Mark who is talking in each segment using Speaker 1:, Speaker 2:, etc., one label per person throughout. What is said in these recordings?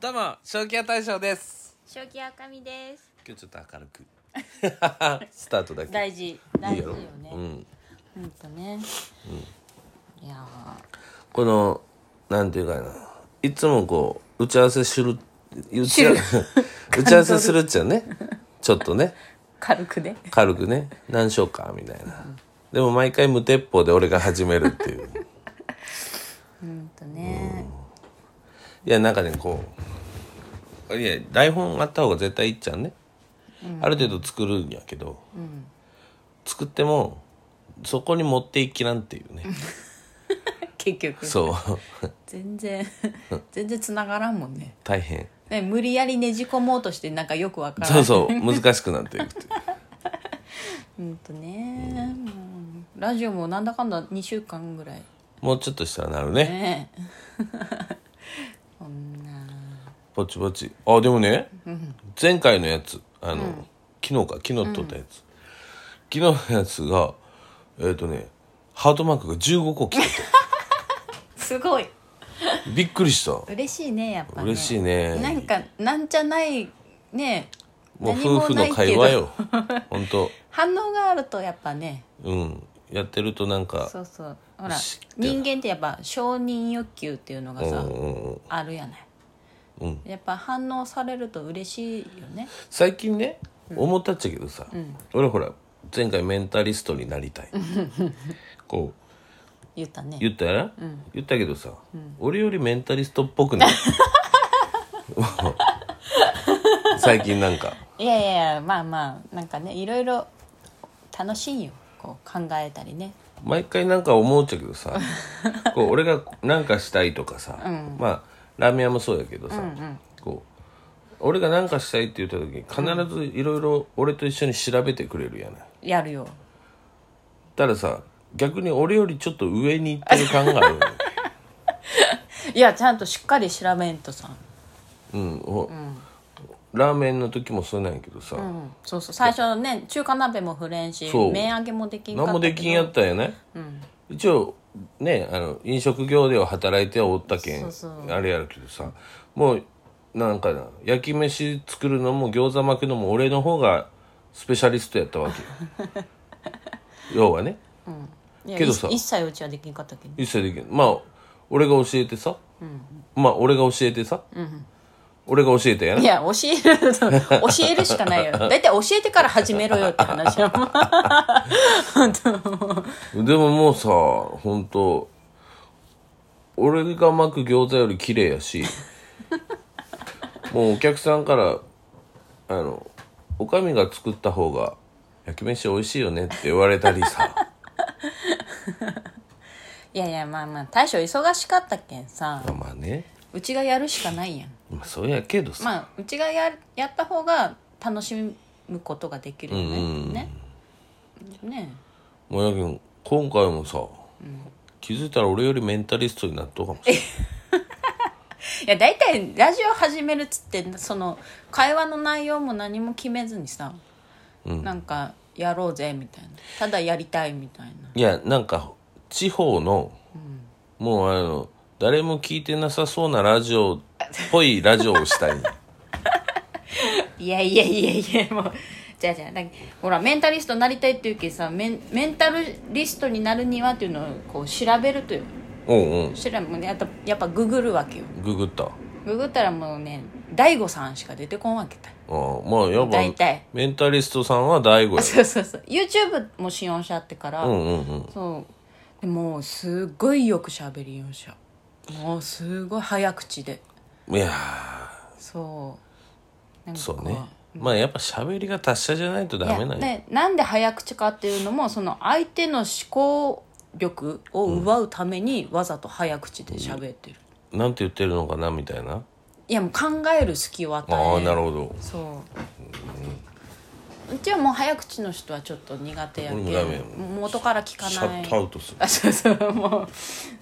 Speaker 1: どうも正気屋大将です
Speaker 2: 正気あかみです
Speaker 1: 今日ちょっと明るく スタートだけ
Speaker 2: 大事大
Speaker 1: いい
Speaker 2: 事
Speaker 1: や
Speaker 2: よ
Speaker 1: ろ
Speaker 2: ね
Speaker 1: うん、
Speaker 2: ほんとね、いや
Speaker 1: このなんていうかないつもこう打ち合わせする打ち合わせ 打ち合わせするっちゃねちょっとね
Speaker 2: ー軽くね
Speaker 1: 軽くね何しようかみたいな、でも毎回無鉄砲で俺が始めるって いう
Speaker 2: ほんとね、
Speaker 1: いやなんかねこういや台本あった方が絶対いいっちゃうね、ある程度作るんやけど、作ってもそこに持っていきらんって いうね
Speaker 2: 結局
Speaker 1: そう
Speaker 2: 全然全然つながらんもんね
Speaker 1: 大変
Speaker 2: ね無理やりねじ込もうとしてなんかよくわからん
Speaker 1: そうそう難しくなっていくっ ていう
Speaker 2: ほんとね、もうラジオもなんだかんだ2週間ぐらい
Speaker 1: もうちょっとしたらなるね
Speaker 2: ねえこんな
Speaker 1: ぼちぼちあでもね、前回のやつあの、昨日か昨日撮ったやつ、昨日のやつがえっ、とねハートマークが15個来て
Speaker 2: すごい
Speaker 1: てびっくりした
Speaker 2: 嬉しいねやっぱね
Speaker 1: 嬉しいね
Speaker 2: なんかなんじゃないね
Speaker 1: もう
Speaker 2: 何も
Speaker 1: 夫婦の
Speaker 2: ないけ
Speaker 1: 会
Speaker 2: ど
Speaker 1: 話よ本当
Speaker 2: 反応があるとやっぱね
Speaker 1: うんやってるとなんか
Speaker 2: そうそうほら
Speaker 1: 知ってる
Speaker 2: 人間ってやっぱ承認欲求っていうのが
Speaker 1: うん
Speaker 2: さ、
Speaker 1: うんうん
Speaker 2: あるやない、
Speaker 1: うん
Speaker 2: やっぱ反応されると嬉しいよね
Speaker 1: 最近ね思ったっちゃけどさ、俺ほら前回メンタリストになり たいこう
Speaker 2: 言ったね
Speaker 1: 言ったやら、言ったけどさ、俺よりメンタリストっぽく ないもう最近なんか
Speaker 2: いやいやいやまあまあなんかねいろいろ楽しいよこう考えたりね
Speaker 1: 毎回なんか思っちゃうけどさこう俺がなんかしたいとかさ、まあラーメン屋もそうやけどさ、こう俺がなんかしたいって言った時に必ずいろいろ俺と一緒に調べてくれるやない
Speaker 2: やるよ
Speaker 1: たださ逆に俺よりちょっと上に行ってる感がある、
Speaker 2: いやちゃんとしっかり調べんとさ、
Speaker 1: うんおラーメンの時もそうなんやけどさ、
Speaker 2: うん、そうそう最初ね中華鍋も振れんし
Speaker 1: そう
Speaker 2: 麺揚げもできんかった
Speaker 1: 何もできんやったんやね、一応ねあの飲食業では働いてはおったけん
Speaker 2: そうそう
Speaker 1: あれやるけどさもうなんかな焼き飯作るのも餃子巻くのも俺の方がスペシャリストやったわけ よ要はね
Speaker 2: いや
Speaker 1: けどさ
Speaker 2: い一切うちはできんかったけど
Speaker 1: 一切できんまあ俺が教えてさ、まあ俺が教えてさ、俺が教えたやない
Speaker 2: や、教える、教えるしかないよ。だいたい教えてから始めろよって話やもん。
Speaker 1: でももうさ本当俺が巻く餃子より綺麗やしもうお客さんから「あのおかみが作った方が焼き飯美味しいよね」って言われたりさ
Speaker 2: いやいや、まあまあ、大将忙しかったけんさ、
Speaker 1: まあまあね、
Speaker 2: うちがやるしかないやん。
Speaker 1: まあ、そうやけどさ、
Speaker 2: まあ、うちがややった方が楽しむことができるよね。ね。ね
Speaker 1: もうやけん今回もさ、気づいたら俺よりメンタリストになっとうかもしれない
Speaker 2: いや、だいたいラジオ始めるっつって、その、会話の内容も何も決めずにさ、なんか、やろうぜみたいな。ただやりたいみたいな。
Speaker 1: いやなんか地方の、もうあの誰も聞いてなさそうなラジオっぽいラジオをしたい。
Speaker 2: いやいやいやいやもうじゃあじゃあなんかほらメンタリストになりたいっていうけどさメンメンタルリストになるにはっていうのをこう調べるという
Speaker 1: うんうん
Speaker 2: そしたらもうねやっぱやっぱググるわけよ
Speaker 1: ググったあ
Speaker 2: ググったらもうね大悟さんしか出てこんわけだ
Speaker 1: あまあや
Speaker 2: 大
Speaker 1: っぱ
Speaker 2: 体
Speaker 1: メンタリストさんは大悟や
Speaker 2: そうそうそう YouTube も使用しちゃってから、
Speaker 1: うんうんうん
Speaker 2: そうでもうすっごいよくしゃべりようしゃもうすごい早口で
Speaker 1: いやー
Speaker 2: そうなんか
Speaker 1: そうねまあやっぱ喋りが達者じゃないとダメなん
Speaker 2: い
Speaker 1: よ
Speaker 2: やねなんで早口かっていうのもその相手の思考力を奪うためにわざと早口で喋ってる、
Speaker 1: なんて言ってるのかなみたいない
Speaker 2: やもう考える隙を与え
Speaker 1: ああなるほど
Speaker 2: そううちはもう早口の人はちょっと苦手やけ
Speaker 1: 俺
Speaker 2: ん
Speaker 1: もダメや
Speaker 2: 元から聞か
Speaker 1: シ
Speaker 2: な
Speaker 1: ャ
Speaker 2: い
Speaker 1: ットアウトする
Speaker 2: あそうそうも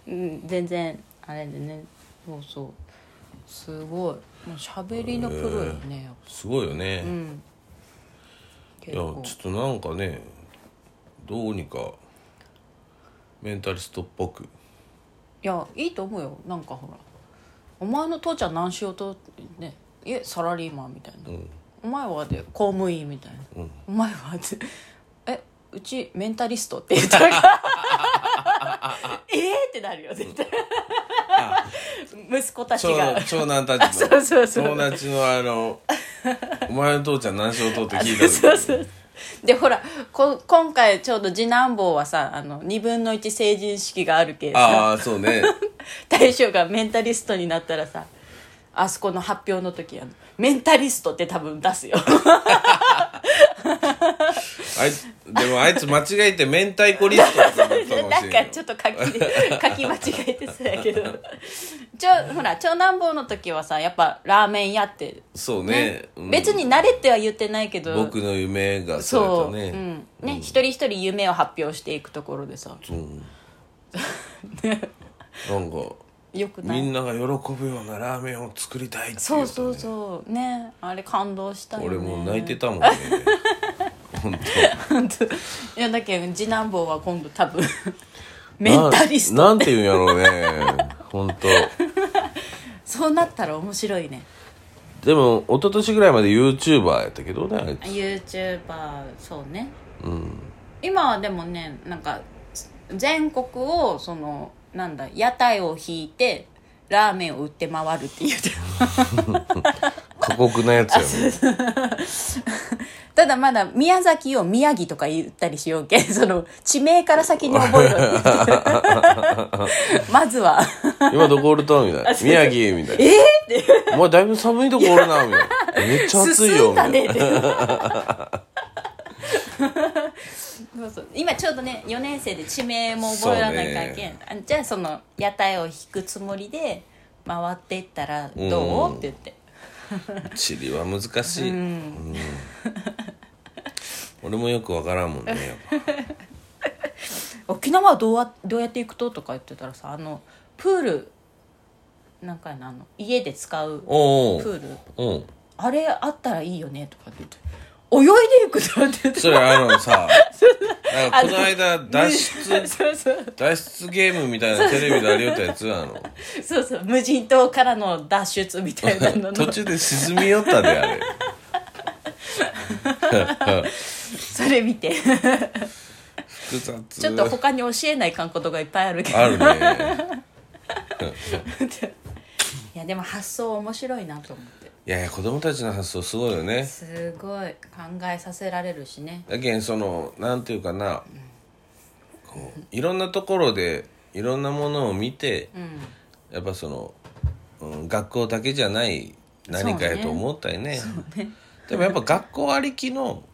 Speaker 2: う、うん、全然あれでねそうそうすごいもう喋りのプロよね、
Speaker 1: すごいよね、い
Speaker 2: 結
Speaker 1: やち
Speaker 2: 構
Speaker 1: ょっとなんかねどうにかメンタリストっぽく
Speaker 2: いやいいと思うよなんかほらお前の父ちゃん何しようとねいえサラリーマンみたいな、お前はで公務員みたいな、お前はでえうちメンタリストって言 ったらええってなるよ絶対息子たち
Speaker 1: 長
Speaker 2: が
Speaker 1: 男長男たちの
Speaker 2: そうそうそう
Speaker 1: 友達のあのお前の父ちゃん何しようとって聞いた
Speaker 2: そうそう でほらこ今回ちょうど次男坊はさあの2分の1成人式があるけどさ
Speaker 1: ああそうね
Speaker 2: 大将がメンタリストになったらさあそこの発表の時あのメンタリストって多分出すよ
Speaker 1: あいつでもあいつ間違えて明太子リストだったかもしれな
Speaker 2: なんか
Speaker 1: い
Speaker 2: ちょっと書きで 書き間違えてそうやけどちょほら長男坊の時はさやっぱラーメン屋って、
Speaker 1: そう
Speaker 2: ね
Speaker 1: ねうん
Speaker 2: 別に慣れっては言ってないけど
Speaker 1: 僕の夢が
Speaker 2: そ、
Speaker 1: そうれだ
Speaker 2: う
Speaker 1: ね
Speaker 2: んね、一人一人夢を発表していくところでさ、
Speaker 1: なんか
Speaker 2: よく な
Speaker 1: み
Speaker 2: い
Speaker 1: んなが喜ぶようなラーメンを作りたいってい
Speaker 2: そうそう
Speaker 1: う
Speaker 2: そうねあれ感動した
Speaker 1: さ
Speaker 2: よ
Speaker 1: ね
Speaker 2: ね
Speaker 1: 俺もう泣いてたもんね
Speaker 2: 本 当いやだけど次男坊は今度多分 メンタリスト
Speaker 1: ななんて言うんやろうね本当
Speaker 2: そうなったら面白いね
Speaker 1: でも一昨年ぐらいまで YouTuber やったけどねあいつ
Speaker 2: YouTuber そうね、今はでもねなんか全国をそのなんだ屋台を引いてラーメンを売って回るっていう
Speaker 1: 過酷なやつやね
Speaker 2: ただまだ宮崎を宮城とか言ったりしようけんその地名から先に覚えろっていう まずは
Speaker 1: 今どこおるとみたいな宮城みたいなえお前だいぶ寒いとこおるなみたいなめっちゃ暑いよ
Speaker 2: 進ん
Speaker 1: みた
Speaker 2: だ
Speaker 1: いな
Speaker 2: ねって そうそう今ちょうどね4年生で地名も覚えらなきゃいけん、あじゃあその屋台を引くつもりで回っていったらどう、って言って
Speaker 1: 地理は難しい、うん俺もよくわからんもんねやっ
Speaker 2: 沖縄はどうわどうやって行くととか言ってたらさあのプールなんかやなあの家で使う
Speaker 1: ぱおうお
Speaker 2: プ
Speaker 1: う
Speaker 2: ール
Speaker 1: おう
Speaker 2: あれあったらいいよねとかって言って泳いでいくとって言って
Speaker 1: それあのさなんかこの間脱出
Speaker 2: そうそう
Speaker 1: 脱出ゲームみたいなテレビでありよったやつあの
Speaker 2: そうそう無人島からの脱出みたいなのの
Speaker 1: 途中で沈み寄ったで あれ
Speaker 2: それ見て
Speaker 1: 複雑
Speaker 2: ちょっと他に教えないかんことがいっぱいあるけど
Speaker 1: あるね
Speaker 2: いやでも発想面白いなと思って
Speaker 1: いやいや子供たちの発想すごいよね
Speaker 2: すごい考えさせられるしね
Speaker 1: だけんそのなんていうかなこういろんなところでいろんなものを見て、やっぱその、うん、学校だけじゃない何かやと思ったりねでもやっぱ学校ありきの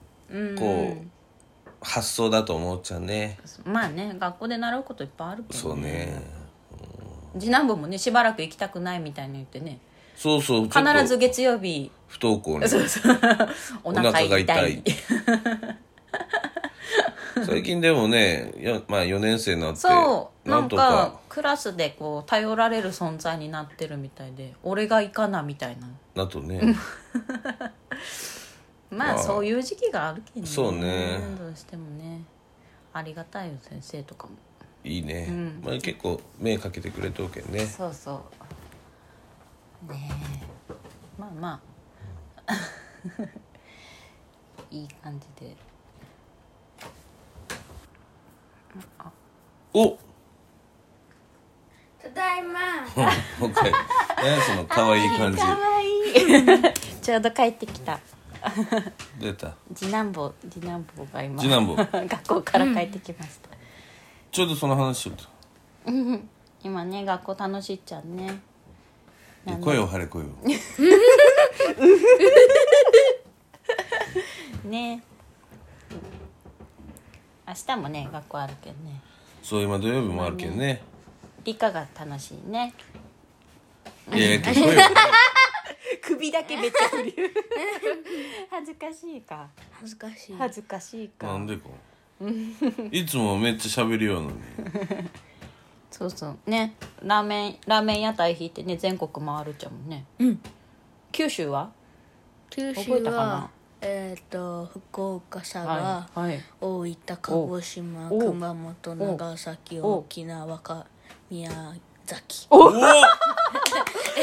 Speaker 1: こう発想だと思っちゃうね
Speaker 2: まあね学校で習うこといっぱいあるけ
Speaker 1: そ
Speaker 2: ど
Speaker 1: うね
Speaker 2: 次男坊もねしばらく行きたくないみたいに言ってね
Speaker 1: そうそうちょ
Speaker 2: 必
Speaker 1: っと
Speaker 2: ず月曜 日
Speaker 1: 不登校ね
Speaker 2: そうそうお腹痛い
Speaker 1: お腹が痛い最近でもねよまあ4年生になって
Speaker 2: そうな
Speaker 1: なんんと
Speaker 2: か
Speaker 1: か
Speaker 2: クラスでこう頼られる存在になってるみたいで俺が行かなみたいな
Speaker 1: なとね
Speaker 2: まあ
Speaker 1: ああ
Speaker 2: そういう時期があるけどね
Speaker 1: そうね
Speaker 2: どうしてもねありがたいよ先生とかも
Speaker 1: いいね、まあ、結構目かけてくれとうけんね
Speaker 2: そうそうねえまあまあ いい感じで
Speaker 1: お
Speaker 3: ただいま。
Speaker 1: もう一回何その可愛い感じ
Speaker 3: わいい。
Speaker 2: ちょうど帰ってきた
Speaker 1: 出た
Speaker 2: 次男坊次男坊が今
Speaker 1: 次男坊
Speaker 2: 学校から帰ってきました、
Speaker 1: ちょうどその話しよる
Speaker 2: 今ね学校楽しいっちゃんね
Speaker 1: と声を張れ声を
Speaker 2: ね明日もね学校あるけどね
Speaker 1: そう今土曜日もあるけどね
Speaker 2: 理科が楽しい ね
Speaker 1: いやいや声を張れ
Speaker 2: 首だけめっちゃ振る恥ずかしいか
Speaker 3: 恥ずかしい。
Speaker 2: 恥ずかしいか
Speaker 1: なんでかいつもめっちゃ喋るようなのに
Speaker 2: そうそうねラーメンラーメン屋台引いてね全国回るっちゃもんね
Speaker 3: うん
Speaker 2: 九州は
Speaker 3: 九
Speaker 2: 覚え
Speaker 3: 州
Speaker 2: たか
Speaker 3: は
Speaker 2: な。
Speaker 3: えっ、と、福岡、佐賀、
Speaker 2: はいはい
Speaker 3: 大分、鹿児島、
Speaker 2: お
Speaker 3: 熊本、長崎、
Speaker 2: お
Speaker 3: 沖縄か。宮崎
Speaker 1: おおや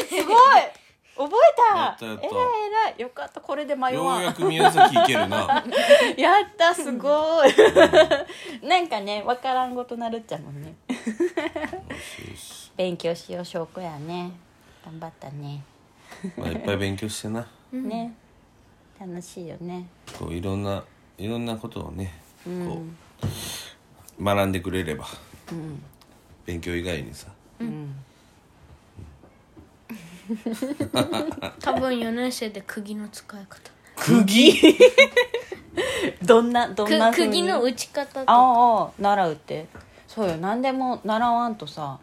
Speaker 2: すごい覚えた
Speaker 1: やったやった
Speaker 2: えらいえらいよかったこれで迷
Speaker 1: よ
Speaker 2: わ
Speaker 1: うんやく宮崎行けるな
Speaker 2: やったすごいなんかね分からんごとなるっちゃもんね勉強しよう証拠やね頑張ったね
Speaker 1: まあいっぱい勉強してな
Speaker 2: ね楽しいよね
Speaker 1: こういろんないろんなことをねこう、学んでくれれば、勉強以外にさ
Speaker 3: 多分4年生で釘の使い方
Speaker 1: 釘
Speaker 2: どんな どんな
Speaker 3: く
Speaker 2: 風に
Speaker 3: 釘の打ち方とか
Speaker 2: ああ習うってそうよ何でも習わんとさ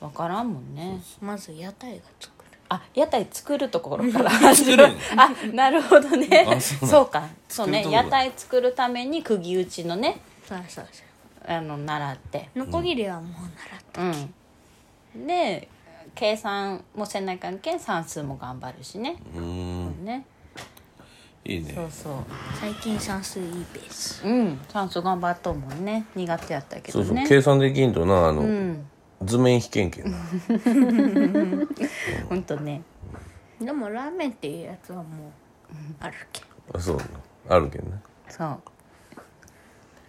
Speaker 2: 分からんもんね
Speaker 3: まず屋台が作る
Speaker 2: あ屋台作るところ から
Speaker 1: る
Speaker 2: 始まるあなるほどね
Speaker 1: あそう
Speaker 2: そ
Speaker 1: な
Speaker 2: うんかそう
Speaker 1: 作
Speaker 2: ね
Speaker 1: るとこ
Speaker 2: 屋
Speaker 1: ろ
Speaker 2: 台作るために釘打ちのね
Speaker 3: そうそうそ
Speaker 2: あの習って
Speaker 3: うノコギリはもう習った、
Speaker 2: うんで計算もせなきゃんけん算数も頑張るしね、
Speaker 1: うーん
Speaker 2: ね
Speaker 1: いいね
Speaker 2: そうそ
Speaker 3: 最近算数いいペース
Speaker 2: ううん算数頑張っとうもんね苦手やったけ
Speaker 1: そ
Speaker 2: ど
Speaker 1: うそう、
Speaker 2: ね
Speaker 1: 計算できんとなあの、
Speaker 2: うん
Speaker 1: 図面引けんけんな
Speaker 2: ほんとね
Speaker 3: でもラーメンっていうやつはもうあるけ
Speaker 1: あそうなあるけんね
Speaker 2: そう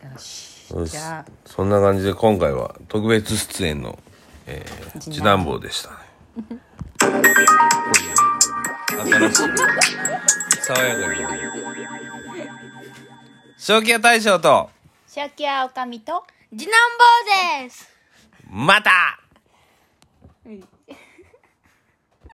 Speaker 2: よし
Speaker 1: よし
Speaker 2: じゃあ
Speaker 1: そんな感じで今回は特別出演の、えー、
Speaker 2: 次
Speaker 1: 次
Speaker 2: 男
Speaker 1: 男坊でしたね新しい爽や かに正気屋大将と
Speaker 2: 正気はおかみと
Speaker 3: 次男坊です
Speaker 1: また
Speaker 2: はい